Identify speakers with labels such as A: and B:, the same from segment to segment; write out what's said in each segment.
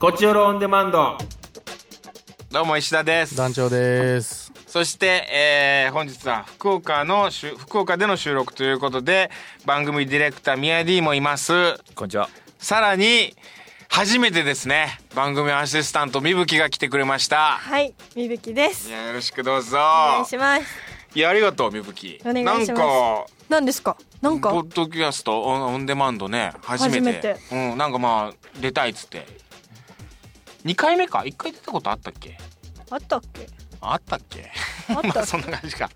A: こちよろオンデマンド。
B: どうも石田です。
C: 団長です。
B: そして、えー本日は福岡のしゅ福岡での収録ということで番組ディレクター宮 D もいます。
D: こんにちは。
B: さらに初めてですね番組アシスタントみぶきが来てくれました。
E: はい、みぶきです
B: い。やよろしくどうぞ。
E: お願いします。
B: いやありがとうみぶき。
E: お願い
B: な
E: します
B: んか
E: 何ですか。なん
B: ポ
E: か
B: ッドキャストオンオンデマンドね初めて
E: 初めて
B: うん、なんかまあ出たいっつって2回目か1回出たことあったっけ
E: あったっけ。
B: あったっけ
E: あった っけ
B: まあそんな感じか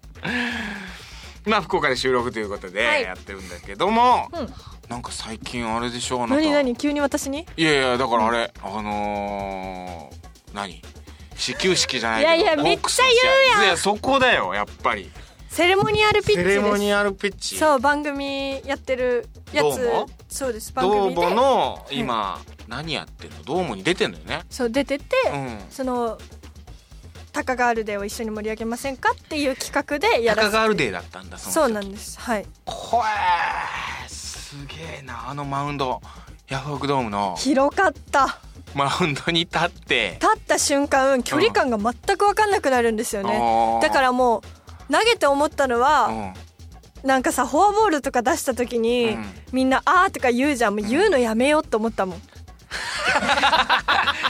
B: まあ福岡で収録ということで
E: はい
B: やってるんだけども、
E: うん
B: なんか最近あれでしょあなた
E: 何何急に私に。
B: いやいやだからあれ、あのー、何始球式じゃないけど
E: いやいや
B: ホークスの
E: めっちゃ言うやん
B: 試合いやそこだよやっぱり
E: セレモニアルピッチ
B: セレモ
E: で
B: ニアルピッチ
E: す。そう、番組やってるや
B: どうも
E: つ。そうです。番
B: ドー
E: 組
B: ボ
E: で。
B: の今、何やってるのドームに出てんのよね
E: そう、出てて、
B: うん
E: その。タカガールデーを一緒に盛り上げませんかっていう企画でや
B: タ
E: ら
B: カ
E: せ
B: ガールデーだったんだその時
E: そうなんです。はい。
B: こえすげえなあのマウンドヤフオクドームの
E: 広かった。
B: マウンドに立って
E: 立った瞬間、距離感が全く分かんなくなるんですよね。だかららもう。投げて思ったのは。
B: うん
E: なんかさフォアボールとか出した時に、
B: うん
E: みんな「あー」とか言うじゃんもう言うのやめようって思ったもん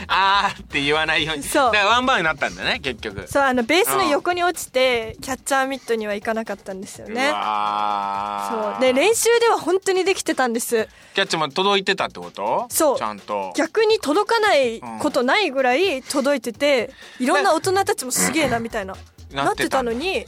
B: あーって言わないように
E: そう
B: だからワンバウンになったんだね結局
E: そうあのベースの横に落ちてキャッチャーミットには行かなかったんですよね
B: うわー
E: そうで練習では本当にできてたんです
B: キャッチも届いてたってこと
E: そう
B: ちゃんと
E: 逆に届かないことないぐらい届いてていろんな大人たちもすげえなみたいなな
B: な
E: っ
B: って
E: て
B: た
E: た
B: の
E: のに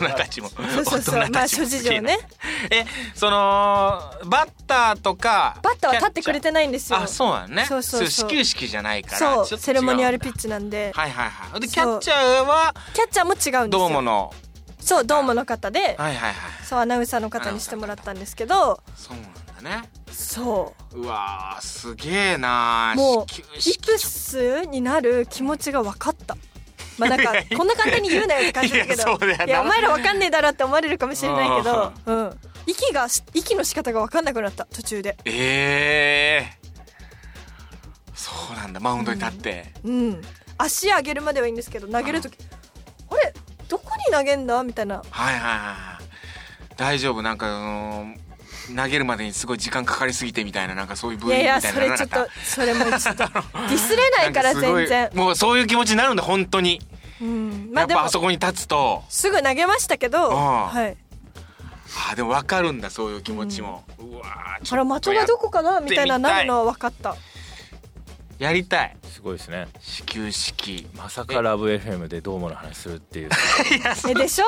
B: 大人たちも
E: そうそうそう
B: 大人
E: まあ
B: たち
E: 諸
B: もす
E: 事
B: げえ
E: 情
B: な
E: ね
B: えそのバッターとか
E: バッターは立ってくれてないんですよ
B: あそうなんね
E: そうそうそう
B: 始球式じゃないから
E: そう
B: ちょっと違んだ
E: セレモニアルピッチなんで、
B: はいはいはいで
E: そう
B: キャッチャーは
E: キャッチャーも違うんで
B: ど
E: すよ
B: うもの
E: そうドームの方で、
B: はいはいはい
E: そうアナウンサーの方にしてもらったんですけど
B: そうなんだね
E: そう
B: うわーすげえなー
E: もう
B: 始球
E: イ
B: 式
E: プスになる気持ちが分かった。ま あなんかこんな簡単に言うなよって感じだけど
B: いやそうだよない
E: やお前ら分かんねえだろって思われるかもしれないけど、うん、息が息の仕方が分かんなくなった途中で、
B: ええー、そうなんだマウンドに立って、
E: うん、足上げるまではいいんですけど投げる時あれどこに投げんだみたいな
B: はいはいはい大丈夫なんかあのー投げるまでにすごい時間かかりすぎてみたいななんかそういう
E: い
B: 部
E: や
B: 員
E: い
B: みた
E: や
B: いな
E: そ
B: のな
E: れち
B: か
E: ょ
B: っ
E: ったとそれもちょっと ディスれないから
B: んすご
E: 全然、
B: もうそういう気持ちになるんだ本当に、
E: うん、まあで
B: やっ
E: も
B: ぱあそこに立つと
E: すぐ投げましたけど、
B: あ
E: はい、
B: あーでも分かるんだそういう気持ちも、うわーちょ
E: あら
B: っ
E: 的
B: とや
E: がどこかなみたいななるのは分かった
B: やりたい
D: すごいですね。
B: 始球式
D: まさかラブ FM でどうもの話するっていう。
E: えでしょ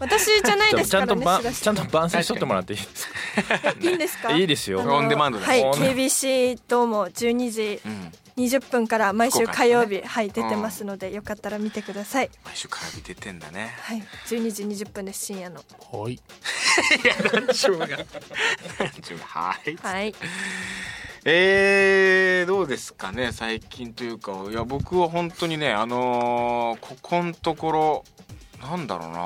E: 私じゃないです
D: ちゃ
E: か
D: んと
E: らね
D: ばん
E: 仕出し
D: ちゃんと番宣しとってもらっていいですか。
E: いいんですか
D: いいですよ
E: あの
B: オンデマンドです
E: はい
D: オンデ
E: KBC どうも12時
B: うん
E: 20分から毎週
B: 福岡
E: 火曜日、はい
B: ん
E: 出てますのでよかったら見てください
B: 毎週火曜日出てんだね
E: はい12時20分です深夜の
C: はい。
B: はい
E: はい
B: えー、どうですかね最近というかいや僕は本当にねあのーここのところなんだろう
D: なん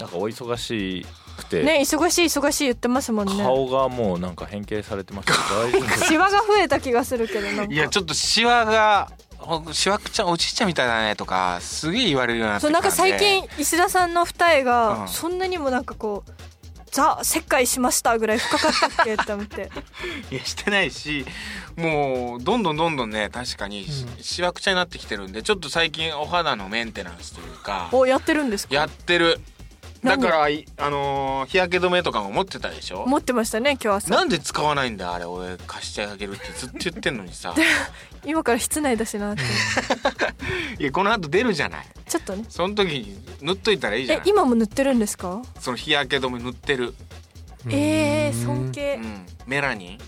B: な
D: かお忙しくて、
E: ね忙しい忙しい言ってますもんね
D: 顔がもうなんか変形されてますけど。大丈夫ですか
E: シワが増えた気がするけどなん
B: いや
E: か
B: ちょっとシワがほシワくちゃんおじいちゃんみたいだねとかすげえ言われるようになって
E: そう
B: き
E: な
B: た
E: んか最近石田さんの二重
B: う
E: が
B: ん
E: そんなにもなんかこうザ切開しましたぐらい深かったっけって思って
B: いやしてないしもうどんどんどんどんね確かにしシワくちゃになってきてるんでちょっと最近お肌のメンテナンスというか
E: おやってるんですか
B: やってるだ
E: 何
B: からいあのー日焼け止めとかも持ってたでしょ
E: 持ってましたね今日朝
B: なんで使わないんだあれ俺貸してあげるってずっと言ってんのにさ
E: 今から室内だしなって
B: いやこの後出るじゃない
E: ちょっとね
B: その時に塗っといたらいいじゃ
E: え
B: ない
E: 今も塗ってるんですか
B: その日焼け止め塗ってる、
E: ええ尊
B: う
E: 敬
B: ん、メラニ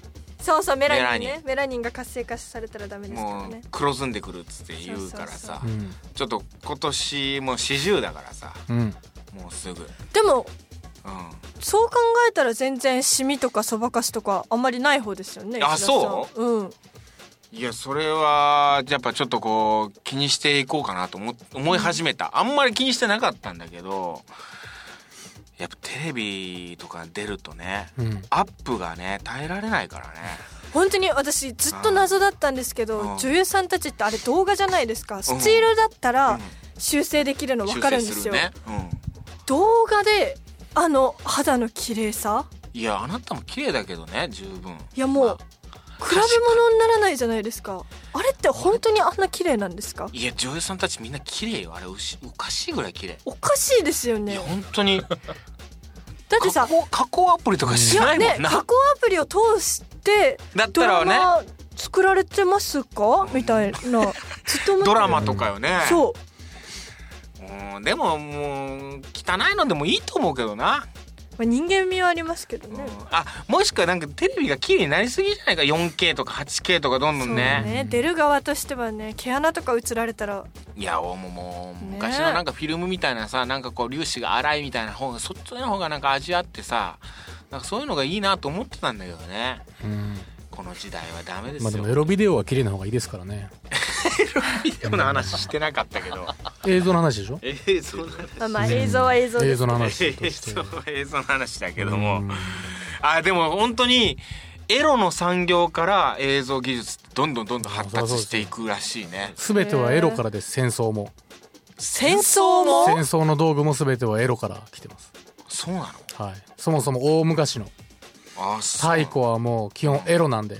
E: そうそうメラニン
B: メラ
E: ね
B: ニ
E: メラニンが活性化されたらダメ
B: ン
E: ですから
B: もう
E: ね
B: 黒ずんでくるっつって言うからさ
C: う
E: そ
C: ん。
B: ちょっと今年もう40だからさ
C: うん。
B: もうすぐ、うん、
E: でもそう考えたら全然シミとかそばかすとかあんまりない方ですよね
B: あ
E: 石田さんうん
B: いやそれはやっぱちょっとこう気にしていこうかなと思思い始めたあんまり気にしてなかったんだけどやっぱテレビとか出るとね
C: うん。
B: アップがね耐えられないからね
E: 本当に私ずっと謎だったんですけ
B: う
E: ど
B: ん
E: 女優さんたちってあれ動画じゃないですかスチールだった
B: う
E: ら
B: ん
E: 修正できるの分かるんですよ、
B: 修正するね
E: 動画であの肌の綺麗さ
B: うん、いやあなたも綺麗だけどね十分
E: いやもう
B: まあ
E: 比べ物にならないじゃないですかあれって本当にあんな綺麗なんですか
B: いや女優さんたちみんな綺麗よあれうしおかしいぐらい綺麗
E: おかしいですよ
B: い
E: ね
B: や本当 に
E: だってさ
B: 加工加工アプリとか
E: い
B: しな
E: や
B: いも
E: ね
B: んな、
E: 加工アプリを通して
B: だっ
E: ド
B: たらね
E: ラマ作られてますかみたいなずっと思って
B: ドラマとかよね
E: そう
B: うんでももう汚いのでもいいと思うけどな、
E: まあ、人間味はありますけど
B: うん
E: ね。
B: あもしくはなんかテレビが綺麗になりすぎじゃないか 4K とか 8K とかどんど
E: そうん
B: ね
E: 出る側としてはね毛穴とか映られたら
B: いやもうもう
E: ね
B: 昔のなんかフィルムみたいなさなんかこう粒子が粗いみたいな方がそっちの方がなんか味あってさなんかそういうのがいいなと思ってたんだけどね
A: うん
B: この時代はダメです
A: まあ
B: よ、
A: でもエロビデオは綺麗な方がいいですからね
B: ビデオの話してなかったけど
A: 映像の話でしょ
B: ええそんな
E: まあまあ映像は映像
A: 映
E: です
A: 像の話と
B: 映
A: して
B: 像映像の話だけど
A: う
B: も
A: ん
B: あでも本当にエロの産業から映像技術ってどんどんどんどん発達していくらしいね
A: 全てはエロからです戦争も
E: 戦争
A: 戦
E: も
A: 争の道具も全てはエロから来てます
B: そうなの
A: はいそもそも大昔の
B: あそう
A: 太古はもう基本エロなんで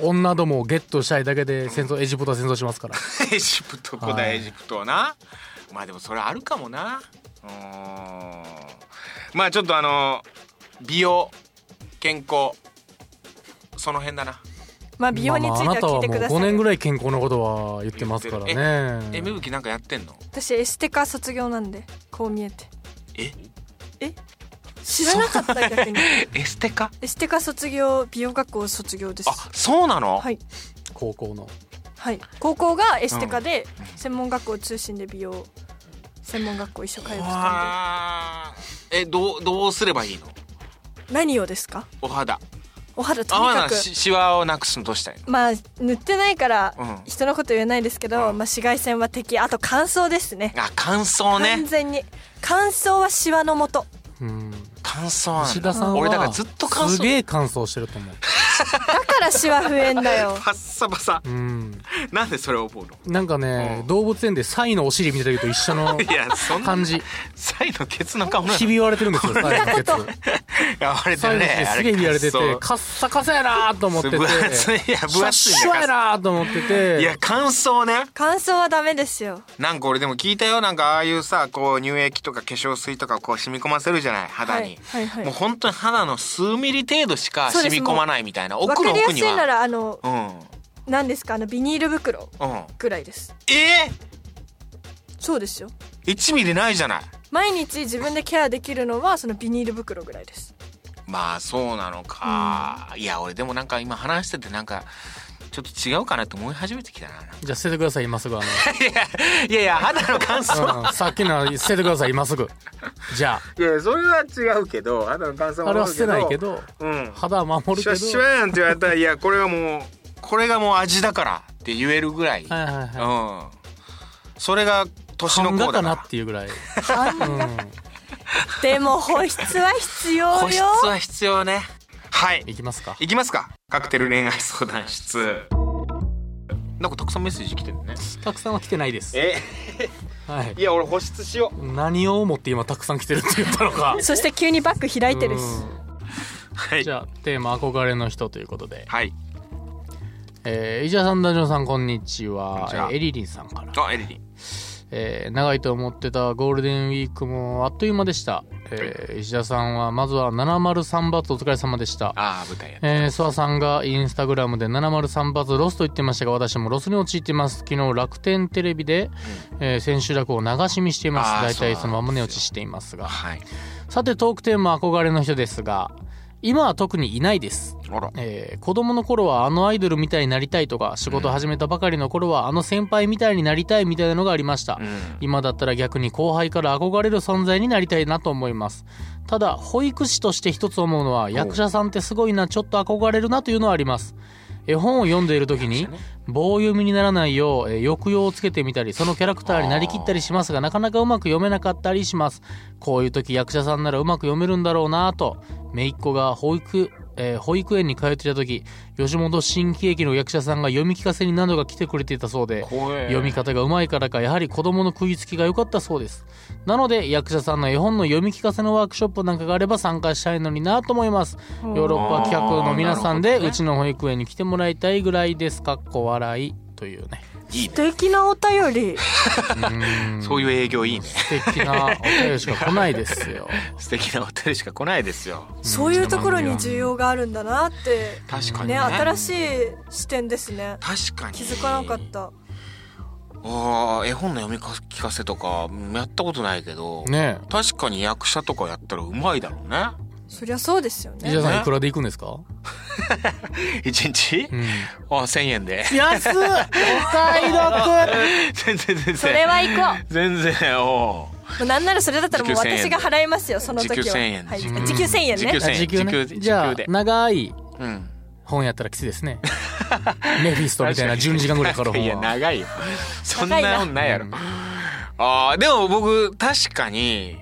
A: 女どもをゲットしたいだけで戦争エジプトは戦争しますから
B: エジプト古代エジプトはな、まあでもそれあるかもなうーんまあちょっとあの美容健康その辺だな
E: まあ 美容について
A: まあま
E: は
A: ああなた
E: 聞い
A: は
E: て
A: もう
E: くだ
A: 5
E: さい
A: 年ぐらい健康のことは言ってますから
B: え芽
A: ね
B: 吹なんかやってんの
E: 私エステ科卒業なんでこう見えて
B: え
E: 知らなかった 逆に
B: エステか
E: エステ科卒業美容学校卒業です
B: あそうなの、
E: はい
A: 高校の
E: はい高校がエステ科で専門学校通信で美容専門学校一緒通って
B: う
E: たん
B: わーえどうどうすればいいの
E: で何をですか
B: お肌
E: お肌と
B: あ
E: に
B: ま
E: か
B: だ
E: く
B: しシワをなくすのどうしたいの
E: まあ塗ってないから
B: うん
E: 人のこと言えないですけど、
B: うん
E: まあ、紫外線は敵あと乾燥ですね
B: あ乾燥
E: 完
B: ね
E: 全に乾燥はシワのもと
A: うん
B: 乾燥なん
A: 石田
B: だ
A: さんは
B: 俺だからずっと乾燥
A: すげえ乾燥してると思
E: だからシワ増えんだ よ
B: パッサパサ
A: ううん
B: なんでそれを思うの
A: なんかね
B: うん
A: 動物園でサイのお尻見てた時と一緒 の
B: いやそんな
A: 感じ
B: サイのケツなんかもない
A: ひび割れてるんですよサイのケツ
B: やばれて
A: サ
B: る
A: イの
B: ね
A: ケツ
B: あ
A: すげえひび割れてて
B: 乾燥
A: カッサカサやなーと思ってて
B: 分厚いいや分厚い
A: シャッシュワやなーと思ってて
B: いや乾燥ね
E: 乾燥はダメですよ
B: なんか俺でも聞いたよなんかああいうさこう乳液とか化粧水とかこう染み込ませるじゃない肌に、
E: はいはいはい
B: もう本当に肌の数ミリ程度しか
E: そう
B: 染
E: です
B: み込まないみたいな
E: わ
B: 奥
E: か
B: の
E: りや
B: 奥
E: す
B: に
E: いな
B: は
E: らあの
B: うん
E: 何ですかあのビニール袋
B: うん
E: ぐらいです
B: え
E: そうですよ
B: ー、1ミリないじゃない
E: 毎日自分でケアできるのはそのビニール袋ぐらいです
B: まあそうなのか、いや俺でもなんか今話しててなんかちょっと違うかなって思い始めてきたな
A: じゃあ捨ててください今すぐあ
B: いやいやいや肌の乾燥
A: の、うん、さっきのは捨ててください今すぐじゃ
B: いやそれは違うけど肌の乾燥
A: ああれは捨てないけど
B: うん
A: 肌は守る
B: シ
A: け
B: ュ
A: ど
B: ワシュワやんって言われたらいやこれはもうこれがもう味だからって言えるぐらい、
A: はいはいはい
B: うんそれが年の
A: 版
B: 子
A: 画
B: だ
A: か
B: から
A: なっていうぐらい、う
E: あん
A: ん、
E: でも保湿は必要よ
B: 保湿は必要ねはい
A: いきますか
B: いきますかカクテル恋愛相談室なんかたくさんメッセージ来てるね
A: たくさんは来てないです、
B: え
A: はい、
B: や俺保湿しよ
A: 何を思って今たくさん来てるって言ったのか
E: そして急にバッグ開いてるし
B: うは
A: うん
B: い
A: じゃあテーマ「憧れの人」ということで、
B: はい
A: えー、石田さんダジョンさんこんにち
B: こん
A: は
B: にちは
A: えーエリリンさんから、
B: あエリリン
A: えー長いと思ってたゴールデンウィークもあっという間でした、えー石田さんはまずは703バーツお疲れ様でした
B: ああ舞台やね
A: えー、諏訪さんがインスタグラムで703バズロスと言ってましたが私もロスに陥っています昨日楽天テレビで、えー千秋楽を流し見していま
B: あー
A: す大体
B: そ
A: そうの
B: な
A: ま
B: んですよ
A: ま寝落ちしていますが
B: はい
A: さてトークテーマ憧れの人ですが今は特にいないです
B: あら
A: えー子供の頃はあのアイドルみたいになりたいとか仕事を始めたばかりの頃はあの先輩みたいになりたいみたいなのがありました、
B: うん
A: 今だったら逆に後輩から憧れる存在になりたいなと思いますただ保育士として一つ思うのは役者さんってすごいなちょっと憧れるなというのはあります絵本を読んでいる時に棒読みにならないようえー抑揚をつけてみたりそのキャラクターになりきったりしますがなかなかうまく読めなかったりしますこういう時役者さんならうまく読めるんだろうなぁと姪っ子が保育えー保育園に通っていた時吉本新喜劇の役者さんが読み聞かせに何度か来てくれていたそうで
B: 怖え
A: 読み方がうまいからかやはり子供の食いつきが良かったそうですなので役者さんの絵本の読み聞かせのワークショップなんかがあれば参加したいのになと思いますヨーロッパ企画の皆さん
B: な
A: で
B: るほどね
A: うちの保育園に来てもらいたいぐらいですかっこ笑いという ね
B: いい
E: 素
B: ね
E: 敵なお便り
B: そういう営業いいね
A: 素敵なお便りしか来ないですよ
B: 素敵なお便りしか来ないですよ
E: そういうところに需要があるんだなって
B: 確かにね
E: ね新しい視点ですね
B: 確かに
E: 気づかなかった
B: ああ絵本の読み聞かせとかうんやったことないけど、
A: ね
B: 確かに役者とかやったらうまいだろうね
E: そりゃそうですよ
A: え伊沢
E: ね
A: さんいくらで行くんですか、
B: 1日、
A: うん、
B: あ1,000円で
A: 安っお買い得
B: 全然全
E: それ
B: 然
E: は行こ
B: 全然おう
E: うもうなんならそれだったらもう
B: 時給1000円
E: 私が払いますよその時は
B: 時給1000円
E: はい
B: 時
A: 給
E: 時給1000円
B: 時給
E: ね
B: 1000円
A: 時給ね
B: 時給
A: じゃあ
B: 時給で
A: 長い
B: うん
A: 本やったらきついで すねメフィストみたいな12時間ぐらいかかる
B: い
A: 本
B: や
A: は
B: 長いよそん
E: 長いな
B: なもんないやろ、あーでも僕確かに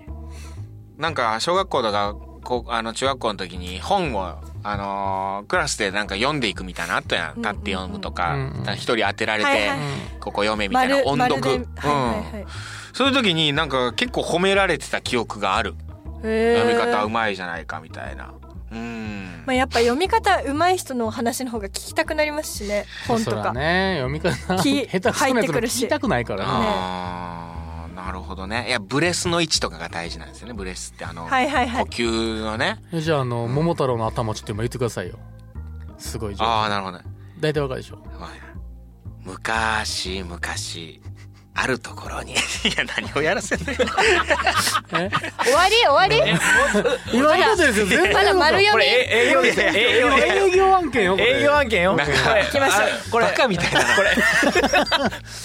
B: なんか小学校とかこうあの中学校の時に本をあのークラスでなんか読んでいくみたいなのあったやん立って読むとか
A: うんうん
B: なんか一、人当てられて、
E: はいはい
B: ここ読めみたいな
E: 丸
B: 音
E: 丸
B: 読、
E: ではい
B: うん
E: はいはい
B: そういう時になんか結構褒められてた記憶がある
E: へ
B: 読み
E: ー
B: 方うまいじゃないかみたいなうん
E: まあやっぱ読み方上手い人の話の方が聞きたくなりますしね本と
A: そら
E: か
A: ね読み方
E: き
A: 下手くそな
E: 入っ
A: や
E: て
A: つ
E: くるし
A: 聞きたくないからな、
E: ね
B: あーなるほどねいやブレスの位置とかが大事なんですよねブレスってあの、
E: はいはいは
B: 呼
E: い
B: 吸のね
A: えじゃああの桃太郎の頭ちょっと今言ってくださいよすごい上
B: ああ
A: 手
B: なるほどね
A: 大体わかるでしょ
B: はい昔昔あるところに いや何をやらせんのよ
A: え
E: 終わり終わり
A: 言われたですよ全然
E: まだ丸読
D: こ
E: み
D: れえ営業ですよ営業
A: 営業案件よこれ
D: 営業案件よ
B: なんか
D: これ
E: 来ました
D: あこれ
B: バカみたいな
D: こ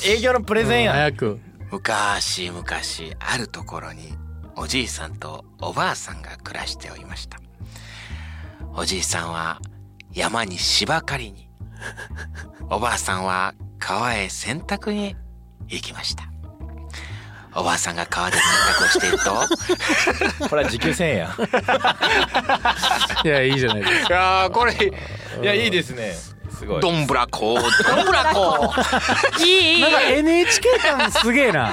D: れ営業のプレゼンや
A: 早く
B: 昔昔あるところにおじいさんとおばあさんが暮らしておりましたおじいさんは山に芝刈りにおばあさんは川へ洗濯に行きましたおばあさんが川で洗濯をしていると
D: これは時給1000円や
A: いやいいじゃないですか
B: いやーこれ
D: いやいいですねすご い
B: どんぶらこどんぶらこ
E: いいいい
A: なんか NHK 感すげえな
B: あ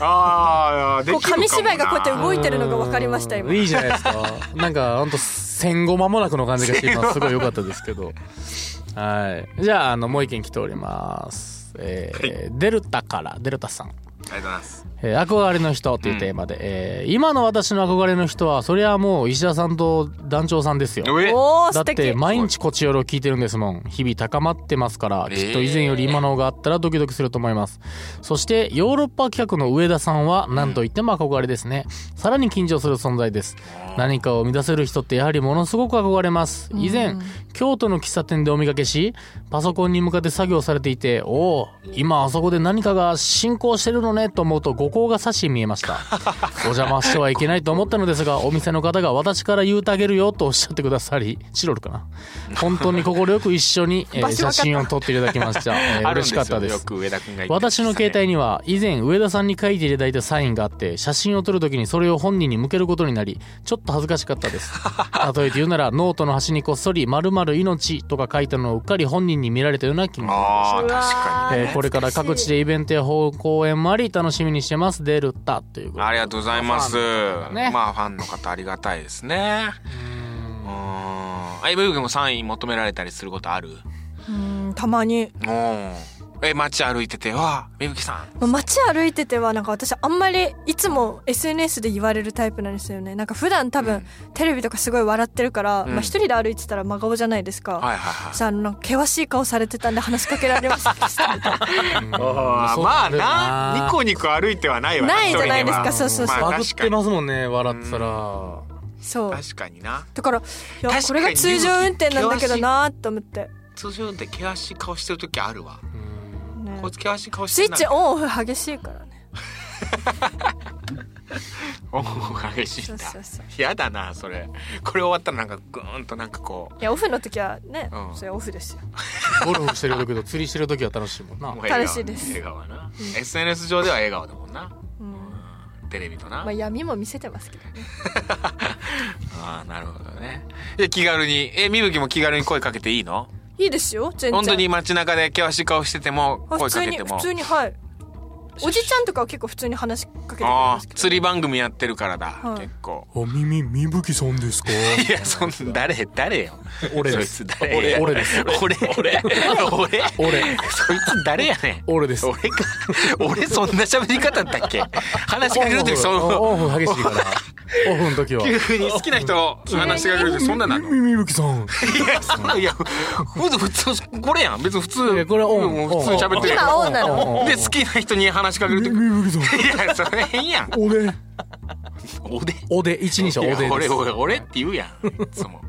B: あ
E: こう紙芝居がこうやって動いてるのが分かりました今
A: いいじゃないですかなんかほんと戦後間もなくの感じがして今すごい良かったですけどはいじゃああのもう一件来ておりますえーデルタからデルタさん
B: りがとうございます
A: えー憧れの人というテーマで、えー今の私の憧れの人はそりゃもう石田さんと団長さんですよ
E: おお
A: だっ
E: 素
A: て
E: 敵
A: 毎日こちよろ聞いてるんですもん日々高まってますから
B: えー
A: きっと以前より今の方があったらドキドキすると思いますそしてヨーロッパ企画の上田さんは何と言っても憧れですねさらに緊張する存在です何かを生み出せる人ってやはりものすごく憧れます以前京都の喫茶店でお見かけしパソコンに向かって作業されていておお今あそこで何かが進行してるのねと思うと五光が差し見えましたお邪魔してはいけないと思ったのですがお店の方が私から言うてあげるよとおっしゃってくださりチロルかな本当に快く一緒に、えー
E: 場所
A: 写
E: わかった
A: 真を撮っていただきました、え ー
B: あるん
A: 嬉しかったです
B: よよく上田君が言ってまし
A: 私
B: たね
A: の携帯には以前上田さんに書いていただいたサインがあって写真を撮るときにそれを本人に向けることになりちょっと恥ずかしかったです例えて言うならノートの端にこっそり「まる命」とか書いたのをうっかり本人に見られたような気持ち
B: ああ確か
A: えーこれから各地でイベントや公演もあり楽しみにしてますデルタとい
B: に
A: うことで
B: ありがとうございます
A: ファンの方ね
B: まあファンの方ありがたいですねうんあいぶゆうくんもサイン求められたりすることある
E: うんたまに
B: うんえ街歩いてて「わあみぶきさん
E: まあ街歩いててはなんか私あんまりいつも SNS で言われるタイプなんですよねなんか普段多分テレビとかすごい笑ってるから、
B: うん
E: まあ一人で歩いてたら真顔じゃないです」か、
B: はいはいはい
E: さああのなんか険しい顔されてたんで話しかけられました
B: あー
A: そう
B: まあ
A: なるよ
B: なニコニコ歩いてはないわ
E: ないじゃないです
B: 一
E: か
B: 人
E: そうそうそう、
B: まあ
A: バグってますもんね笑ってたら
E: そう
B: は確かにな
E: だからいや
B: 確かに
E: これが通常運転なんだけどなーと思って、
B: 通常って険しい顔してる時あるわ
E: ね
B: こいつ険しい顔し
E: スイ
B: て
E: ッチ
B: る
E: オンオフ激しいから ね
B: オン激しい
E: そ
B: ん
E: う
B: だ
E: そうそう
B: やだなそれこれ終わったらなんかグーンとなんかこう
E: いやオフの時はね、
B: うん
E: それオフですよ
A: ゴルフしてる時と釣りしてる時は楽しいもんな
B: もう笑顔
E: 楽しいです
B: 笑顔はな、SNS 上では笑顔だもんな
E: うん
B: テレビとな、
E: まあ闇も見せてますけどね
B: ああなるほどねで気軽にえみぶきも気軽に声かけていいの
E: いいですよ全然
B: 本当に街中で険しい顔してても
E: あ
B: 声
E: 普
B: か
E: 通
B: け
E: に
B: ても
E: 普通にはいおじちゃんとかは結構普通に話しかけてくれ
B: あ
E: ま
B: あ
E: すけど
B: 釣り番組やってるからだ、
E: はい
B: 結構
A: お耳みぶきさんですか
B: いやそん誰誰よ
A: 俺
B: そ
A: で
B: い
A: す
B: つ誰俺
A: 俺です
B: 俺俺俺
A: 俺
B: そいつ誰やねん
A: 俺です
B: 俺か俺そんな喋り方だったっけ話しかける時そ
A: オ
B: の
A: ンオフ激しいからオフの時は
B: 急に好きな人話しかける時そんななのい
A: 耳みぶきさん
B: やそんないや普通普通これやん別に普
A: い
B: 通
A: やこれオン
B: もう普通に喋ってるやん
E: 今青なの
B: で好きな人に話しかける時
A: みぶきさん
B: いやそれ変やん
A: おで
B: おで
A: おで一人称おで
B: いや俺
A: です
B: 俺俺って言うやんいつも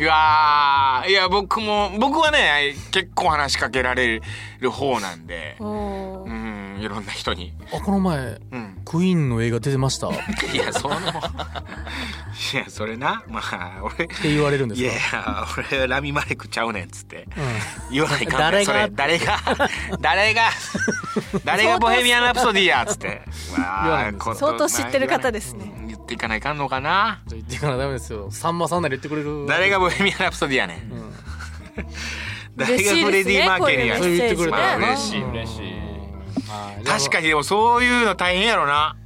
B: いやーいや僕も僕はね結構話しかけられる方なんでう
E: おー
B: んいろんな人に
A: あこの前
B: うん
A: クイーンの映画出てましたっ
B: いやそのいやそれなまあ俺
A: て言われるんで
B: い
A: す
B: や
A: か
B: 俺ラミマレクちゃうねんっつって
A: う
B: 言わないかん
A: 誰
B: そ
A: が
B: れ誰 が誰が誰がボヘミアン・ラプソディやっつって
A: 言わないんですか
B: わあ
E: 相当知ってる方です
B: 言わ
E: ね
B: ない言っていかないかんのかなん
A: 言っていかなダメですよさんまさんなら言ってくれる
B: 誰がボヘミアン・ラプソディやねん
A: うん
B: 誰がフレディ・マーケルや
A: そう
B: ねん
A: 言ってくれたらな
B: まあ嬉しい
D: 嬉しい
A: はい
B: 確かにでもそういうの大変やろな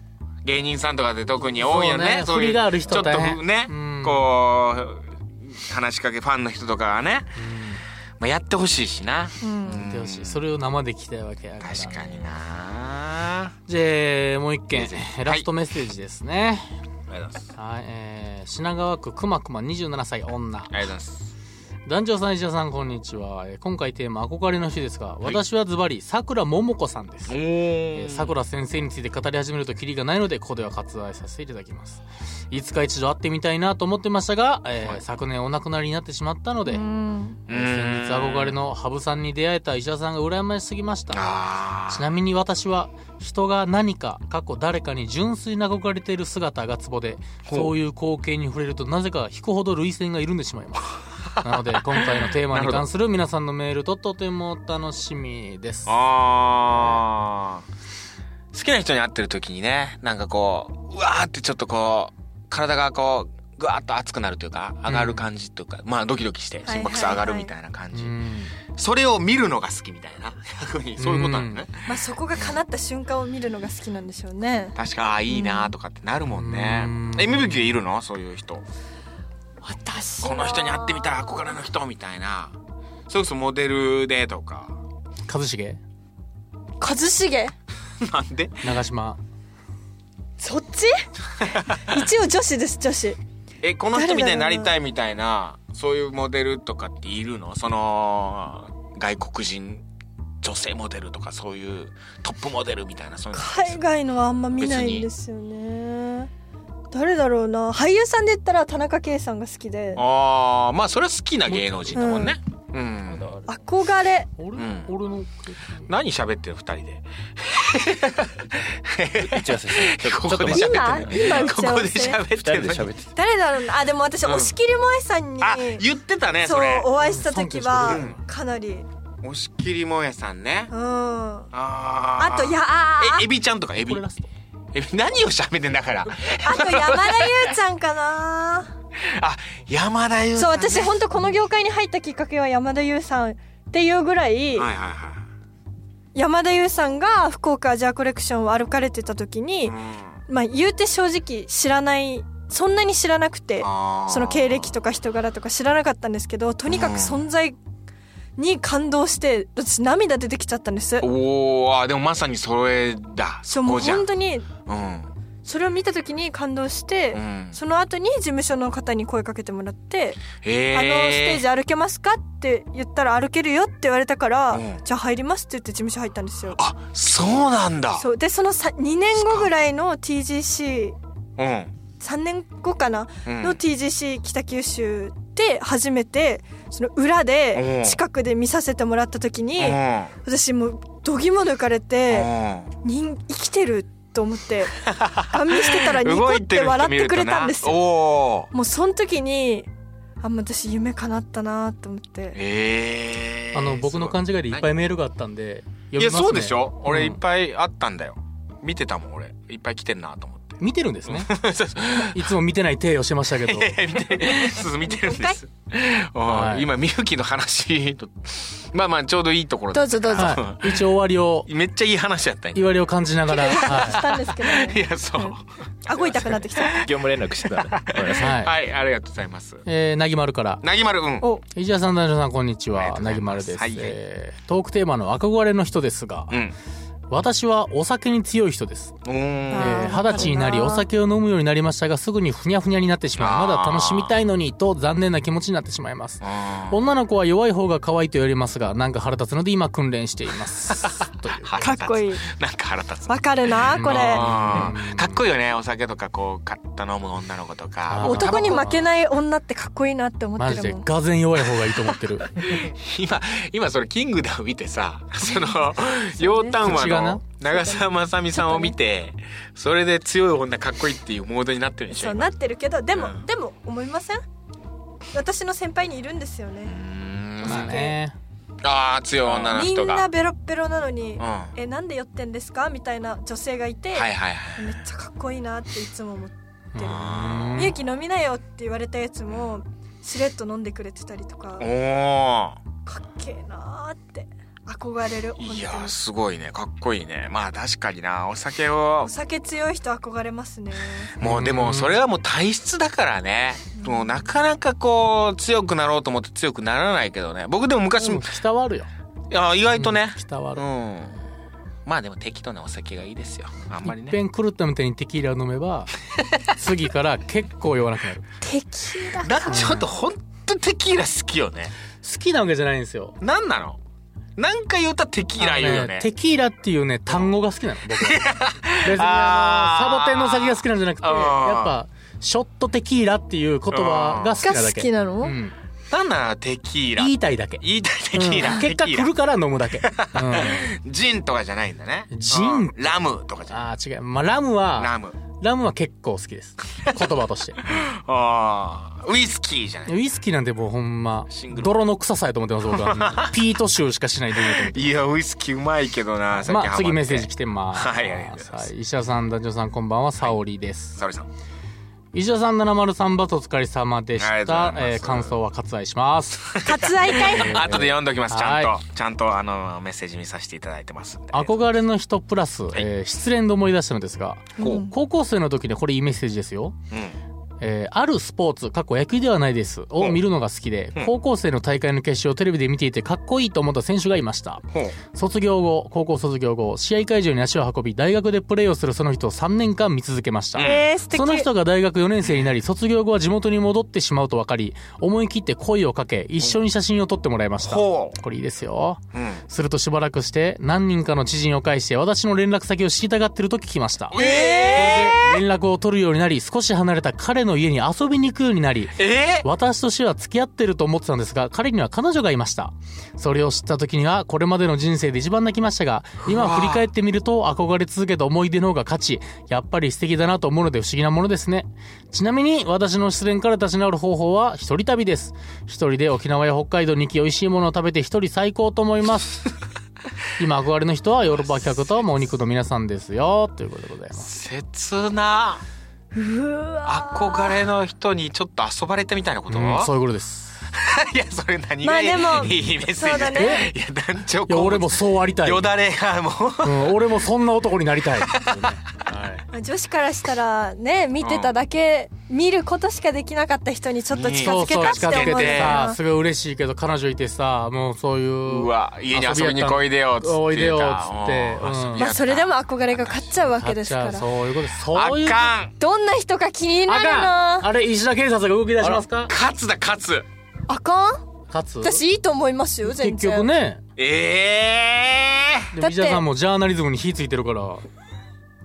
B: 芸人さんとかで特に多いよね
A: そ
B: そ
A: うね
B: うい
A: 振
B: う
A: りがある人は
B: ちょっ
A: 大
B: と
A: 変
B: ね
A: うん
B: こう話しかけファンの人とかがね、まあ、やってほしいしな
E: うん
A: やってほしいそれを生で聞きたいわけやから
B: 確かにな
A: じゃあもう一件
B: ぜひ
A: ラストメッセージですね
B: ありがとうございます
A: はい、えー品川区くまくま27歳女
B: ありがとうございます
A: 団長さん石田さんこんにちはえー今回テーマ憧れの日ですが私はズバリさくらももこさんです
B: おー
A: えーさくら先生について語り始めるとキリがないのでここでは割愛させていただきますいつか一度会ってみたいなと思ってましたが、えー昨年お亡くなりになってしまったので、
E: うん
B: う
A: えー先日憧れの羽生さんに出会えた石田さんが羨ましすぎました
B: あ
A: ちなみに私は人が何か過去誰かに純粋な憧れている姿がツボで
B: ほう
A: そういう光景に触れるとなぜか引くほど涙腺が緩んでしまいますなので今回のテーマに関する皆さんのメールととても楽しみです
B: ーあー好きな人に会ってる時にねなんかこううわーってちょっとこう体がこうぐわーっと熱くなるというか上がる感じというか、まあドキドキして
E: はいはい
B: 心拍数上がるみたいな感
A: う
B: じ、
A: ん
B: それを見るのが好きみたいな逆にそういうことなのね、
E: まあそこが叶った瞬間を見るのが好きなんでしょうね
B: 確かあーいいなーとかってなるもんね、
A: うん
B: えみぶきいるのそういう人
E: 私は
B: この人に会ってみたら憧れの人みたいなそれこそモデルでとか
A: 一茂
E: 一茂
B: なんで
A: 長島
E: そっち一応女子です女子
B: えこの人みたいになりたいみたいなそういうモデルとかっているのその外国人女性モデルとかそういうトップモデルみたいなそういうの
E: 海外のはあんま見ないんですよね誰だろうな俳優さんで言ったら田中圭さんが好きで
B: ああまあそれは好きな芸能人だもんねうん、
E: 憧れ
A: 俺
B: うん
A: 俺の
B: 何喋ってる二人で
D: 打ち合わせしてるちょ
B: こ
D: ちょ
B: こ
D: っ
B: で
D: と待って
E: 今今打
B: こ
E: ち合
B: こ
E: わ
B: で
E: せ
B: 喋
D: 二
B: って
D: 人
B: る
D: で喋ってて
E: 誰だろうなあでも私
B: うん
E: 押切萌えさんに
B: あ言ってたねそ
E: そう
B: れ
E: お会いした時は
B: うん
E: かなりうん
B: 押切もやさんね
E: あ
B: あー
E: とやあ
B: えエビちゃんとかエビ
A: これラスト
B: エビ何を喋ってんだから
E: と山田優ちゃんかな
B: あ山田優
E: そ
B: さ
E: う
B: んね
E: 私本当この業界に入ったきっかけは山田優さんっていうぐらい
B: はいはいはい
E: 山田優さんが福岡アジアコレクションを歩かれてた時にまあ言うて正直知らないそんなに知らなくてその経歴とか人柄とか知らなかったんですけどとにかく存在に感動して私涙出てきちゃったんです
B: おおあでもまさにそれだ
E: そ
B: そう
E: も
B: こ
E: う
B: じゃん
E: 本当に
B: う
E: それを見た時に感動して、
B: んうん
E: その後に事務所の方に声かけてもらって「
B: へ
E: あのステー
B: ー
E: ジ歩けますか?」って言ったら「歩けるよ」って言われたから「
B: うん
E: じゃあ入ります」って言って事務所入ったんですよ。
B: あそうなんだ
E: そうでそのさ2年後ぐらいの TGC3
B: うん
E: 年後かな
B: うん
E: の TGC 北九州で初めてその裏
B: う
E: で
B: ん
E: 近くで見させてもらった時に
B: うん
E: 私もうどぎも抜かれて人生きてると思って顔見してたら
B: う
E: ニ
B: ん
E: コ
B: 動
E: っ
B: いて
E: て
B: る人
E: 笑っ
B: 見
E: て
B: る
E: く
B: と
E: れ
B: な
E: たんですよ
B: おお
E: もうその時にあもう私夢叶ったなと思って
B: ええ
A: あの僕の勘違いでいっぱいメールがあったんで
B: い
A: 読みま
B: や
A: すね
B: そうでしょ俺
A: う
B: い
A: ん
B: っぱいあったんだよ見てたもん俺いっぱい来てんなと思って
A: 見てるんで すねいつも見てない体をしてましたけど
B: そう見てるんです。はい、今みゆきの話とまあまあちょうどいいところ
E: ど
B: だ
E: うぞどうぞ、
A: はい、一応終わりを
B: めっちゃいい話やったん
A: い
B: や。
A: われを感じながら、
E: し
A: は、
E: たんですけど、
B: い
E: ね、
B: やそう。
E: 顎痛くなってきた
D: 業務連絡してたね。ごめんないさい
A: はい、
B: はいありがとうございます。
A: えー、なぎまるから。
B: なぎまるうん。
E: お
A: 石田さん、男女さん、こんにち
B: ありがと
A: は。
B: うござ
A: ないぎま
B: ま
A: る
B: す
A: です、
B: はい
A: えートークテーマの憧れの人ですが、
B: うん。
A: 私はお酒に強い人です。
B: うーん。
A: えー
E: あー
A: 二十歳になりお酒を飲むようになりましたが、すぐにふにゃふにゃになってしま
B: あ
A: う。ま
B: ー
A: だ楽しみたいのに、と残念な気持ちになってしまいます。
B: あー
A: 女の子は弱い方が可愛いと言われますが、なんか腹立つので今訓練してい ます。という。
B: 腹
E: か
B: 立
E: っ
B: つ
E: こいい
B: なんか腹立つ。
E: わかるなこれ
B: あーかっこいいよねお酒とかこう買った飲む女の子とか
A: あー
E: 男に負けない女ってかっこいいなって思っ
A: マ
E: て
A: ジ
E: る
A: で
E: もん
A: がぜん弱い方がいいと 思ってる
B: 今今それ「キングダム」見て さその楊端和
A: 口がな
B: の長澤まさみさんを見てそれで強い女かっこいいっていうモードになってるでし
E: そ
B: ょ
E: う
B: 今
E: なってるけどでも、
B: うん
E: でも思いません私の先輩にいるんですよ
B: う
E: ね
B: ーん
A: まあね
B: あー強い女の
E: み
B: 人
E: ん
B: が
E: なベロッベロなのに、
B: うんは
E: えなんで酔ってんですかみたいな女性がいて、
B: いはいはい
E: めっちゃかっこいいなっていつも思ってる
B: あ
E: 「みゆき飲みなよ」って言われたやつもしれっと飲んでくれてたりとか
B: おお
E: かっけえなーって憧れる本当に
B: いやーすごいねかっこいいねまあ確かになお酒を
E: お酒強い人憧れま すね
B: もうでもそれはもう体質だからねもうなかなかこう強くなろうと思って強くならないけどね僕でも昔
A: うん北はあるよ
B: いや意外とね
A: うん北はあ
B: う
A: る
B: んまあでも適度なお酒がいいですよあんまり
A: いっ
B: ね
A: ぺん狂ったみたいにテキーラを飲め ば次から結構酔わなくなる
E: 敵だ
B: だちょっとほんとテキーラ好きよね
A: 好きなわけじゃないんですよ
B: なんなのなんか言うたらテキーラ言うよね
A: テキーラっていうね単語が好きなの 僕は別にあの
B: あー
A: サボテンの酒が好きなんじゃなくて
B: あ
A: やっ
B: ー
A: ぱショットテキーラっていう言葉が好きなだけ
E: なの
A: うん、
B: なんなのテキーラ
A: 言いたいだけ
B: 言いたいテキーラ、
A: うん
B: テ
A: 結
B: キ
A: 果
B: ーラ
A: 来るから飲むだけ、うん、あ
B: ジンとかじゃないんだね
A: ジン
B: うんラムとかじゃ
A: あ違う、まあ、ラム
B: ない
A: は
B: ラム
A: ラムは結構好きです言葉として
B: あーウイスキーじゃない
A: ウイスキーなんてもうほんま
B: シングル
A: 泥の臭さやと思ってます 僕はピート臭しかしないと思って
B: いやウイスキーうまいけどな
A: まあ次メッセージ来
B: て
A: てます。
B: はいありがとうございます
A: はい石田さん、男女さんこんばんは、沙織です。
B: 沙織さん
A: 石田さん703バトお疲れ様で
B: あり
A: し
B: がとうご。
A: た
B: ざいます
A: えー感想は割愛します。
E: 割愛会
B: 後で読んどきますちゃんと、
A: は
B: ちゃんとあのメッセージ見させていただいてますんで
A: 憧れの人プラス、えー失恋で思い出したのですが、
B: こう
A: 高校生の時にこれいいメッセージですよ。
B: うん
A: えーあるスポーツ、過去野球ではないです、を見るのが好きで、高校生の大会の決勝をテレビで見ていてかっこいいと思った選手がいました。
B: ほう
A: 卒業後、高校卒業後、試合会場に足を運び、大学でプレーをするその人を3年間見続けました。
E: えー、素敵
A: その人が大学4年生になり、卒業後は地元に戻ってしまうと分かり、思い切って声をかけ、一緒に写真を撮ってもらいました。こ
B: ほ
A: れいいですよ。
B: ううん
A: するとしばらくして、何人かの知人を介して、私の連絡先を知りたがってると聞きました。連絡を取るようになり、少し離れた彼の家に遊びに行くようになり、
B: え
A: 私としては付き合ってると思ってたんですが、彼には彼女がいました。それを知った時には、これまでの人生で一番泣きましたが、今振り返ってみると、憧れ続けた思い出の方が勝ち、やっぱり素敵だなと思うので不思議なものですね。ちなみに、私の失恋から立ち直る方法は、一人旅です。一人で沖縄や北海道に行き、美味しいものを食べて一人最高と思 います。今憧れの人はヨーロッパ客ともうお肉の皆さんですよ、ということでございます。
B: 切な
E: うわー
B: 憧れの人にちょっと遊ばれたみたいなこと、
A: う
B: い
A: ん、そういうことです。
B: やそれ何
E: ま
B: が
E: あ
B: いい,、
E: でも
B: いいメッセージ
E: そうだね
B: いや団長
A: いや、俺もそうありたい。
B: よだれがもう
A: うん、俺もそんな男になりたい。
E: まあ女子からしたらね見てただけ、見ることしかできなかった人にちょっと近づけたって
A: 近
E: 思
A: づ
E: う
A: け
E: よ
A: てさ
E: な
A: すごい嬉しいけど彼女いてさもうそういう
B: うわ家に遊びに来いでよっつってた
A: おいでよっつって
B: うん
A: うん
E: まあそれでも憧れが勝っちゃうわけですか
A: あじゃ
E: ら
A: あそういうことです
B: あ
A: そういう
B: かん
E: どんな人か気にな
A: あ
E: る
A: かん
E: な
A: あれ石田警察が動き出しますか
B: 勝つだ勝つ
E: あかん
A: 勝つ
E: 私いいと思いますよ全
A: 結
E: 然
A: 局ね
B: え
A: で
E: だ
A: も
E: って
A: 石田さんもジャーナリズムに火ついてるから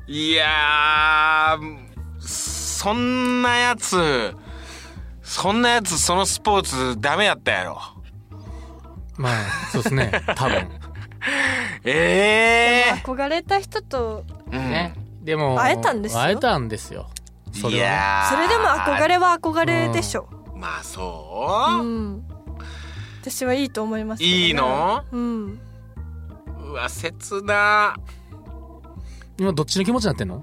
B: えー、いやーそんなやつそんなやつそのスポーツダメやったやろ
A: まあそうです ね多分
B: ええ
E: 憧れた人と
B: ーうん
A: ねでも
E: 会えたんですよ
A: 会えたんですよそ
B: い
A: れはね
B: やー
E: それでも憧れは憧れでしょ
B: まあ
E: う
B: そう、
E: ん私はいいと思いますけどね
B: いいの
E: うん
B: うわ切な
A: 今どっちの気持ちになってんの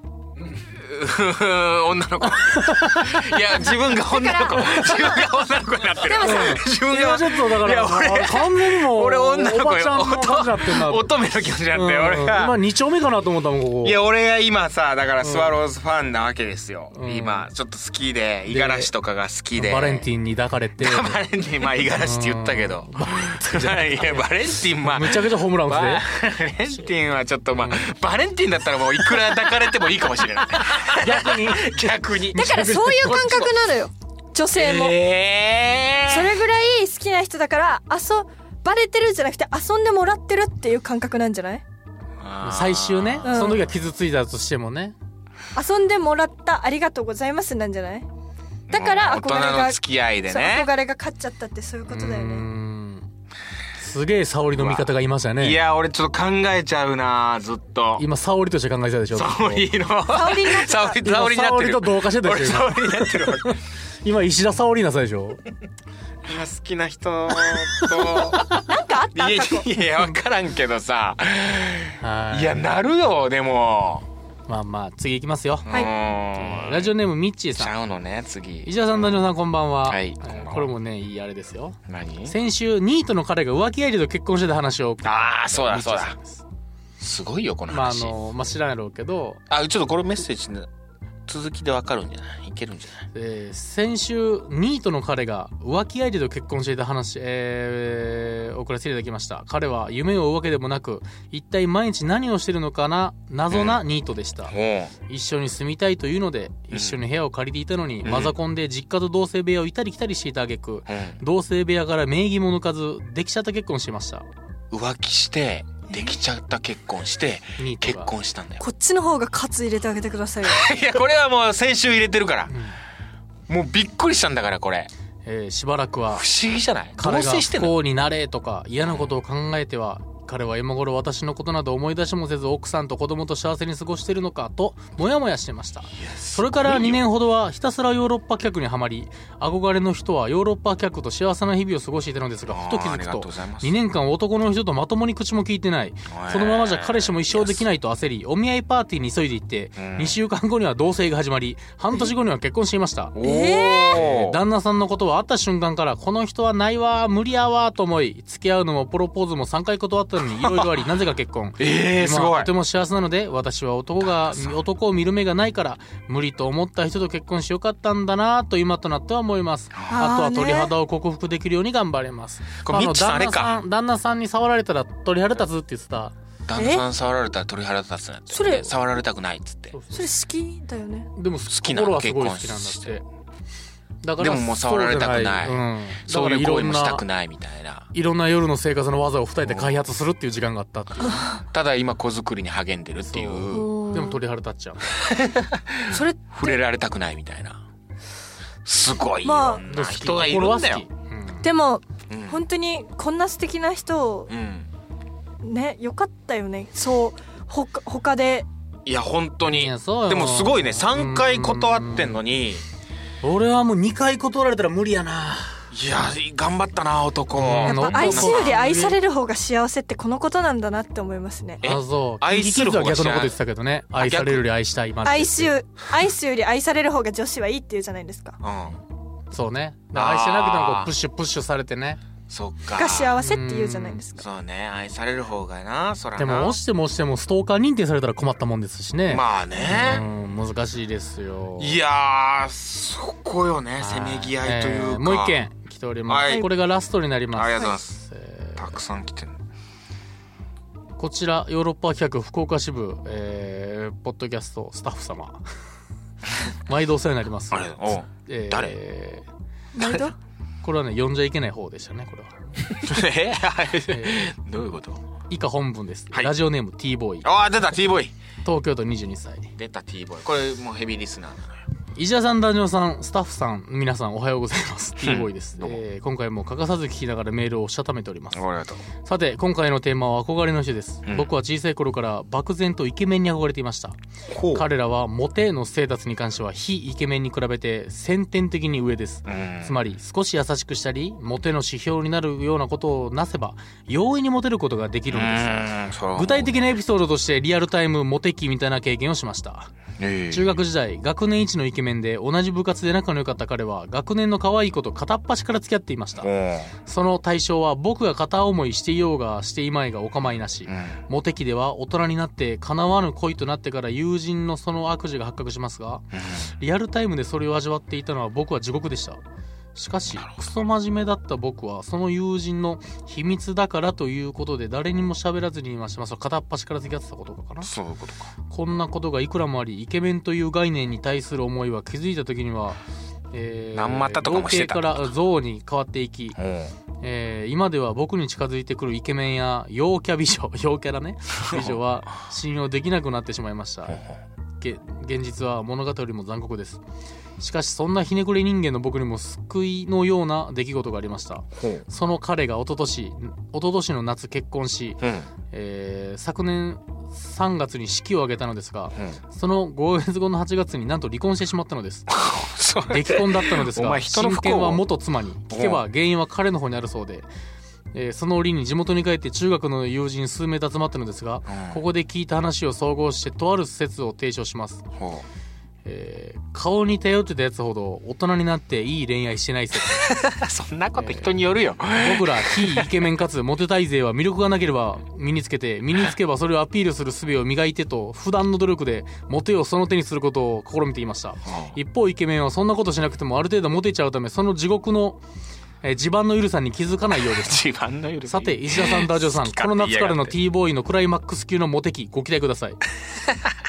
B: 女の子いや自 分が女の子自分が女の子になってる
E: でもさ
B: 自分
A: 今
B: が
A: ちょっとだか
B: いや
A: ら
B: 俺
A: 完全にもう
B: 俺女の
A: お
B: 子
A: ばちゃん
B: よ
A: の感じになってんな
B: 乙女の気持ちになって
A: うん
B: 俺が
A: 今二丁目かなと思ったもんここ
B: いや俺が今さだからスワローズファンなわけですよ、今ちょっと好きで五十嵐とかが好きで
A: バレンテ
B: ィ
A: ィンに抱かれて
B: バレンティンまあ五十嵐って言ったけどいやバレンティン まあ
A: むちゃくちゃホームラン打つで
B: バレンティンはちょっとまあ、バレンティンだったらもういくら抱かれてもいいかもしれない
A: 逆に
B: 逆に
E: だからそういう感覚なのよ女性も、
B: えー
E: それぐらい好きな人だから遊バレてるじゃなくて遊んでもらってるっていう感覚なんじゃない
B: あー
A: 最終ね
E: うん
A: その時は傷ついたとしてもね
E: 遊んでもらったありがとうございますなんじゃないだから
B: もう
E: 憧
B: 大
E: れ
B: 人の
E: が、
B: 付き合いで
E: そう
B: ね
E: 憧れが勝っちゃったってそういうことだよ
A: うー
E: ね
A: んすげえ沙織の味方がいましたね
B: いや俺ちょっと考えちゃうなずっと
A: 今沙織として考えてたでしょ
B: 沙織の沙
E: 織になってた
B: 沙織になってる
A: 今沙織と同化してたで
B: 俺
A: しょ
B: 沙織になってるわ
A: 今石田沙織なさいでしょ
B: 今好きな人と
E: なんかあった過
B: い
E: 去
B: やいや分からんけどさ
A: はい
B: いやなるよでも
A: まあまあ次いきますよ
E: はいう
B: ーん
A: ラジオネームミッチー
B: ち
A: さん
B: ゃうのね次
A: 石田さん、ダニオさん、こんばんは。
B: はい
A: えー
B: こんばんは
A: これもね、いいあれですよ。
B: 何
A: 先週、ニートの彼が浮気相手と結婚してた話を。
B: ああそうだ
A: ミッチ
B: そう
A: ーさ
B: だ
A: んです
B: すごいよこの
A: まああ
B: 話、あ
A: のまあ知らんやろうけど、
B: ちょっとこのメッセージの続きで分かるんじゃないいけるんじゃない
A: えー先週ニートの彼が浮気相手と結婚していた話、えー送らせていただきました彼は夢を追うわけでもなく一体毎日何をしてるのかな謎なニートでした、
B: お
A: 一緒に住みたいというので
B: ん
A: 一緒に部屋を借りていたのに、
B: うん
A: マザコンで実家と同棲部屋を行ったり来たりしていた挙句
B: う
A: 同棲部屋から名義も抜かずできちゃった結婚してました
B: ん、浮気してできちゃった結婚して
A: ニート
B: 結
A: が
B: 婚したんだよ
E: こっちの方が勝入れてあげてくださいよ
B: いやこれはもう先週入れてるから、もうびっくりしたんだからこれ
A: えーしばらくは
B: 不思議じゃない同
A: 彼が
B: 棲してん
A: 不
B: の
A: 幸になれとか嫌なことを考えては彼は今頃私のことなど思い出しもせず奥さんと子供と幸せに過ごしているのかとモヤモヤしてましたそれから2年ほどはひたすらヨーロッパ客にはまり憧れの人はヨーロッパ客と幸せな日々を過ごしていたのですが
B: あー
A: ふと気づ
B: あり
A: く
B: が
A: と
B: とうございます
A: 2年間男の人とまともに口も聞いてないこのままじゃ彼氏も一生できないと焦りお見合いパーティーに急いで行って
B: うん
A: 2週間後には同棲が始まり半年後には結婚していました
B: お
A: えー
B: お
A: 旦那さんのことは会った瞬間からこの人はないわ無理やわと思い付き合うのもプロポーズも3回断ったのにいろいろありなぜか結婚
B: えー、す
A: 今は
B: ごい
A: とても幸せなので私は 男が男を見る目がないから無理と思った人と結婚してよかったんだなと今となっては思います
E: あー
A: あとは鳥
E: ね
A: 肌を克服できるように頑張れます
B: これ
A: あ
B: ミ
A: の
B: ッチさんあ
A: 旦
B: れ
A: 那
B: か
A: さん旦那さんに触られたら鳥肌立つって言ってた
B: 旦那さん触られたら鳥肌立つなって
E: それ
B: 触られたくないっつって
E: それ好きだよね
A: でも
B: きな
A: 心
B: の
A: はすごい好
B: 結
A: きなん
B: 婚
A: だ
B: し
A: っててだ
B: でももう触られたくない
A: うん、だ
B: そ
A: か
B: う
A: ら
B: いう
A: ろ
B: 行為
A: ん
B: も
A: な
B: したくないみたいない
A: ろんな夜の生活の技を二人で開発するっていう時間があったっていう
B: ただ今子作りに励んでるっていう
E: おー
A: でも鳥肌立っちゃう
E: それ
B: 触れられたくないみたいなすごいい
E: ま
B: ろ
E: あ
B: んな人がいる
A: 心は
B: ん
A: 好き
B: だよ、
E: でも
B: うん
E: 本当にこんな素敵な人を
B: うん、
E: ねよかったよねそうほか他で
B: いや本当
A: い
B: に
A: やそうよ
B: でもすごいね3回断ってんのに
A: うん俺はもう2回断られたら無理やない
B: や頑張ったな男
E: や
A: や
E: っ
A: な
E: ぱ
A: んか
E: 愛すより愛される方が幸せってこのことなんだなって思いますね
B: え
A: あそう
B: 愛する方が
A: キンキキッズは逆のこと言ってたけどね
B: あ
A: 愛されるより愛したいまで
E: 愛すよ愛すより愛される方が女子はいいって言うじゃないですか
B: うん
A: そうねだから愛してなくてもこ
B: あー
A: うプッシュプッシュされてね
B: そっか
E: が幸せって言うじゃないですか
B: そうね愛される方がなそらな
A: でも押しても押してもストーカー認定されたら困ったもんですしね
B: まあ
A: う
B: ね、
A: ん難しいですよ
B: いやーそこよねせめぎ合いというか、
A: えーもう一件来ております、
B: はい
A: これがラストになります
B: ありがとうございます、
A: え
B: たくさん来てる
A: ーこちらヨーロッパ企画福岡支部、えーポッドキャストスタッフ 様毎度お世話になります
B: あれおう
A: えー
B: 誰
E: 毎 度
A: これはね呼んじゃいけない方でしたねこれは、
B: え
A: え
B: どういうこと
A: ー以下本文です、
B: はい
A: ラジオネーム T ボーイ
B: ああ出た T ボーイ
A: 東京都22歳
B: 出た T ボーイこれもうヘビーリスナーなのよ
A: 石田さん、ダジオさん、スタッフさん、皆さんおはようございます。T ボーイです。
B: どうも
A: えー今回も欠かさず聞きながらメールをしたためております。
B: ありがとう
A: さて今回のテーマは憧れの人です、
B: うん
A: 僕は小さい頃から漠然とイケメンに憧れていました
B: ほう
A: 彼らはモテのステータスに関しては非イケメンに比べて先天的に上です、
B: うん
A: つまり少し優しくしたりモテの指標になるようなことをなせば容易にモテることができるのです
B: うんそう
A: 具体的なエピソードとしてリアルタイムモテ期みたいな経験をしました
B: ええ
A: 中学時代学年一のイケメンで同じ部活で仲の良かった彼は学年の可愛い子と片っ端から付き合っていました
B: うん
A: その対象は僕が片思いしていようがしていまいがお構いなし、モテ期では大人になって叶わぬ恋となってから友人のその悪事が発覚しますが、リアルタイムでそれを味わっていたのは僕は地獄でしたしかしクソ真面目だった僕はその友人の秘密だからということで誰にも喋らずにいましたまあそれ片っ端から付き合ってたことかな
B: そういうことか
A: こんなことがいくらもありイケメンという概念に対する思いは気づいた時には、えー、
B: 何股とかもしてた
A: 童貞から象に変わっていき、
B: うん
A: えー今では僕に近づいてくるイケメンや陽キャ美女 陽キャだね美 女は信用できなくなってしまいましたげ現実は物語よりも残酷ですしかしそんなひねくれ人間の僕にも救いのような出来事がありました
B: ほう
A: その彼が一昨年一昨年の夏結婚し、
B: うん
A: えー昨年3月に式を挙げたのですが、
B: う
A: その5ヶ月後の8月になんと離婚してしまったのです
B: そ
A: 出来婚だったのです
B: お
A: が
B: 前人の
A: 親
B: 不幸を
A: 権は元妻に聞けば原因は彼の方にあるそうで、えーその折に地元に帰って中学の友人数名と集まったのですが、ここで聞いた話を総合してとある説を提唱します、
B: ほ
A: えー顔に頼ってたやつほど大人になっていい恋愛してない説
B: うそんなこと人によるよ、
A: 僕ら非イケメンかつモテたい勢は魅力がなければ身につけて身につけばそれをアピールする術を磨いてと普段の努力でモテをその手にすることを試みていました一方イケメンはそんなことしなくてもある程度モテちゃうためその地獄の、えー地盤の緩さに気づかないようです
B: 自慢のよる
A: さて石田さんダジョさん
B: 好き
A: こ
B: 勝
A: の
B: 手言い
A: 夏
B: やがって
A: からの T ボーイのクライマックス級のモテ期ご期待く ださい、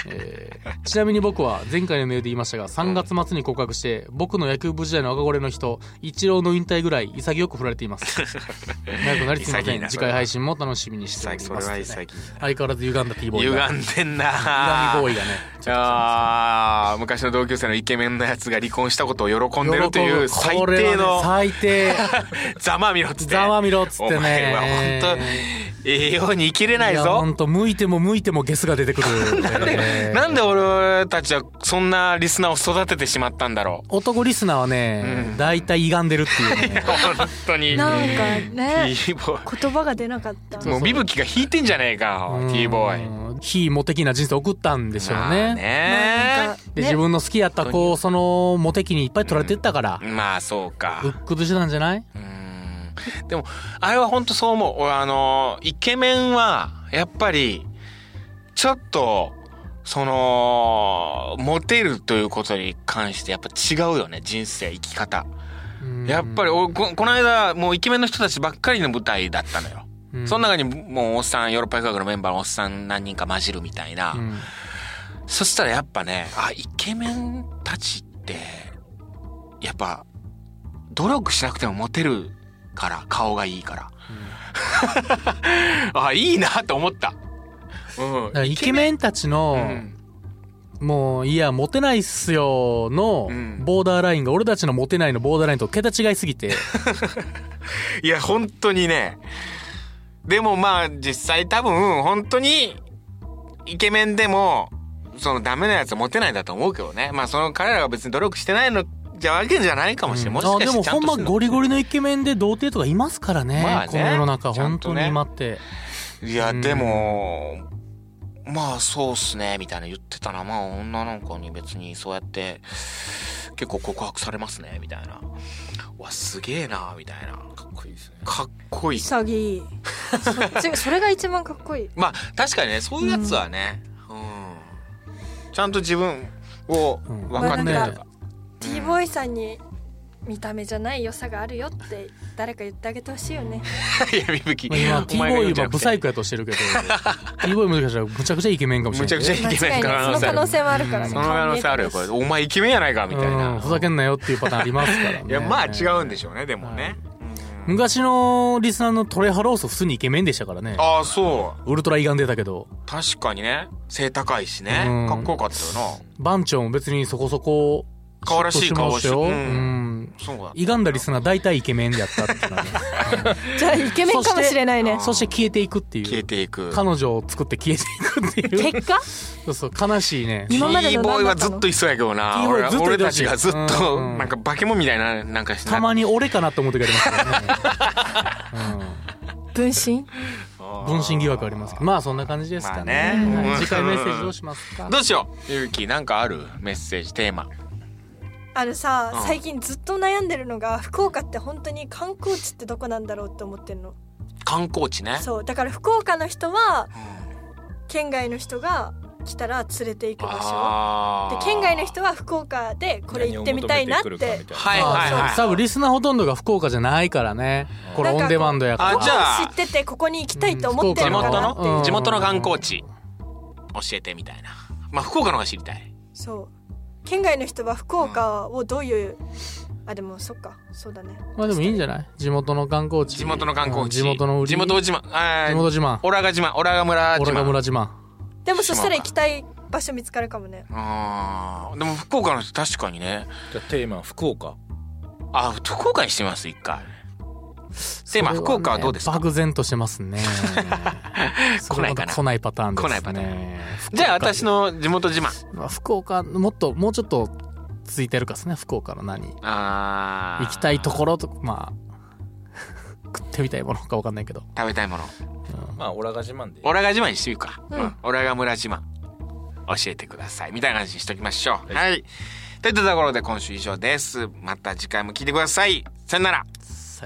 A: えーちなみに僕は前回のメールで言いましたが3月末に告白して僕の野球部時代の憧れの人一郎の引退ぐらい潔く振られています 長くなりすぎませ
B: 潔い
A: ん
B: な
A: 次
B: それ
A: 回
B: は
A: 配信も楽しみにしており
B: 最近
A: ます
B: それは最近
A: 相変わらず歪んだ T ボーイ
B: 歪
A: が
B: んでんな
A: 歪みボーイがねちょっと
B: あー昔の同級生のイケメンのやつが離婚したことを喜んでるという
A: 喜ぶ
B: 最
A: これ
B: 低
A: はね
B: の
A: 最低
B: ざまあみろっつって
A: ざまみろっつってね
B: お前は本当栄養に生き れないい
A: や
B: ぞ
A: 本当向いても向いてもゲスが出てくるなんで
B: なんで俺たちはそんなリスナーを育ててしまったんだろ
A: 男リスナーはね大体、歪んでるっていうね
B: う本当に
E: なんかね
B: T ボー
E: 言葉が出なかった
B: イもうビブキが引いてんじゃねえか T ボーイ
A: イ非モテ期な人生送ったんでしょう
B: まあ
A: ね
E: な
B: ね
E: んか
A: で自分の好きやった子をそのモテ期にいっぱい取られてったから、
B: まあそうか
A: ぶっ崩してたんじゃない、
B: でもあれは本当そう思う俺あのイケメンはやっぱりちょっとそのモテるということに関してやっぱ違うよね人生生き方
A: うん
B: やっぱり俺ここの間もうイケメンの人たちばっかりの舞台だったのよ、
A: うん
B: その中にもうおっさんヨーロッパ企画のメンバーのおっさん何人か混じるみたいな、
A: うん
B: そしたらやっぱね、あ、イケメンたちって、やっぱ、努力しなくてもモテるから、顔がいいから。 あ、いいなと思った。
A: だからイケメンたち
B: う
A: の、
B: ん。
A: もういやモテないっすよの
B: うん
A: ボーダーラインが俺たちのモテないのボーダーラインと桁違いすぎて
B: いや、本当にね。でもまあ、実際多分、本当に、イケメンでも、そのダメなやつはモテないんだと思うけどね。まあ、その彼らが別に努力してないの、じゃわけじゃないかもしれない。もし
A: あ
B: か
A: で
B: して
A: も
B: ちゃん
A: ほ
B: と
A: んまゴリゴリのイケメンで童貞とかいますからね,、
B: まあね
A: この世の中
B: ちゃ
A: 本
B: ん
A: 当
B: とね
A: に今って
B: いや、
A: うん
B: でも、まあそうっすね、みたいな言ってたな。まあ女の子に別にそうやって、結構告白されますね、みたいな。うわ、すげえな、みたいな。
D: かっこいいですね
B: かっこいい。
E: 潔いそっち それが一番かっこいい
B: まあ確かにね、そういうやつはね、うん。ちゃんと自分を分かってると
E: まあ
B: か
E: なんか T ボーイさんに見た目じゃない良さがあるよって誰か言ってあげてほしいよ ね
B: いや、みぶき。
A: まあ今 T ボーイはブサ
B: イ
A: イクやとしてる けど T ボーイもしかしたらむちゃくちゃイケメンかもしれ
B: む
A: な
B: ち
A: い
B: ゃくちゃイ
E: 間
B: ケメ
E: 違
B: ン
E: いないその可能性もあるからね
B: その可能性あるよ、これ。お前イケメンやないか、みたい
A: うん
B: な。
A: ふざけんなよっていうパターンありますから、ね、
B: いや、まあ違うんでしょうね、でもね。うん
A: 昔のリスナーのトレハローソ普通にイケメンでしたからね
B: ああ、そう。
A: ウルトライガン出たけど
B: 確かにね背高いしね
A: うん
B: かっこよかったよな
A: 番長も別にそこそこ
B: 可愛らしい顔して
A: シュッと
B: う
A: ましたようんん
B: そうだ
A: イガンダリスナー大体イケメンでやったっていうの はね
E: じゃあイケメンかもしれないね
A: そして消えていくってい
B: 消え
A: う
B: ていく
A: 彼女を作って消えていくって いう
E: 結果
A: そうそう悲しいね
E: 今まで
B: T
E: の
B: ボーイ
E: 何だ
B: は
E: った
B: ず
E: の
B: っといそうやけどな
A: T ボーイ
B: 俺
A: ずっとい
B: 俺
A: てほ
B: た
A: しい
B: ちがずっと
A: うん
B: なんか化け物みたいななんかして
A: たまに俺かなと思ってくれますからね、
E: 分身
A: 分身疑惑ありますけどまあそんな感じですかね,、
B: まあね
A: はい
B: うん
A: 次回メッセージどうしますか
B: どうしようゆうきなんかあるメッセージテーマ
E: あの
B: うん
E: さ最近ずっと悩んでるのが福岡って本当に観光地ってどこなんだろうって思ってるの
B: 観光地ね
E: そうだから福岡の人は
B: うん
E: 県外の人が来たら連れて行く場
B: あ
E: 所
B: ー
E: で県外の人は福岡でこれ行ってみたいなって
D: 何を求めくるかみたいな
B: はいはいはい
A: 多分リスナーほとんどが福岡じゃないからねこれ
E: なん
A: オ
E: か
A: ンデマンドやから
B: あじゃあ
E: 知っててここに行きたいと思って
B: 地
E: るのか
B: 元
E: な
B: の
E: って
A: う
E: い
A: ん
E: う
B: 地元の観光地教えてみたいなまあ福岡の方が知りたい
E: そう県外の人は福岡をどういうあでもそっかそうだね
A: まあでもいいんじゃない地元の観光地
B: 地元の観光地
A: うん地元の売り
B: 地元自慢あー
A: 地元自慢
B: オラガ島オラガ村
A: オ
B: 自
A: ラ
B: 慢
A: が村自慢
E: でもそしたら行きたい場所見つかるかもね
B: あーでも福岡の人確かにね
D: じゃあテーマ福岡
B: あ福岡にしてみます一回テーマ
A: それね
B: 福岡はどうですか
A: 漠然としてます ね
B: 来ないかな
A: それまた来ないパターンですね
B: 来ないパターじゃあ私の地元自慢
A: まあ福岡もっともうちょっとついてるかですね福岡の何
B: あー
A: 行きたいところとまあ 食ってみたいものかわかんないけど
B: 食べたいもの
D: まあオラが自慢で
B: オラガ自慢にしてみるか、
E: うん
B: うんオラガ村自慢教えてくださいみたいな話にしときましょうはい、といったところで今週以上ですまた次回も聞いてくださいさよなら
A: さ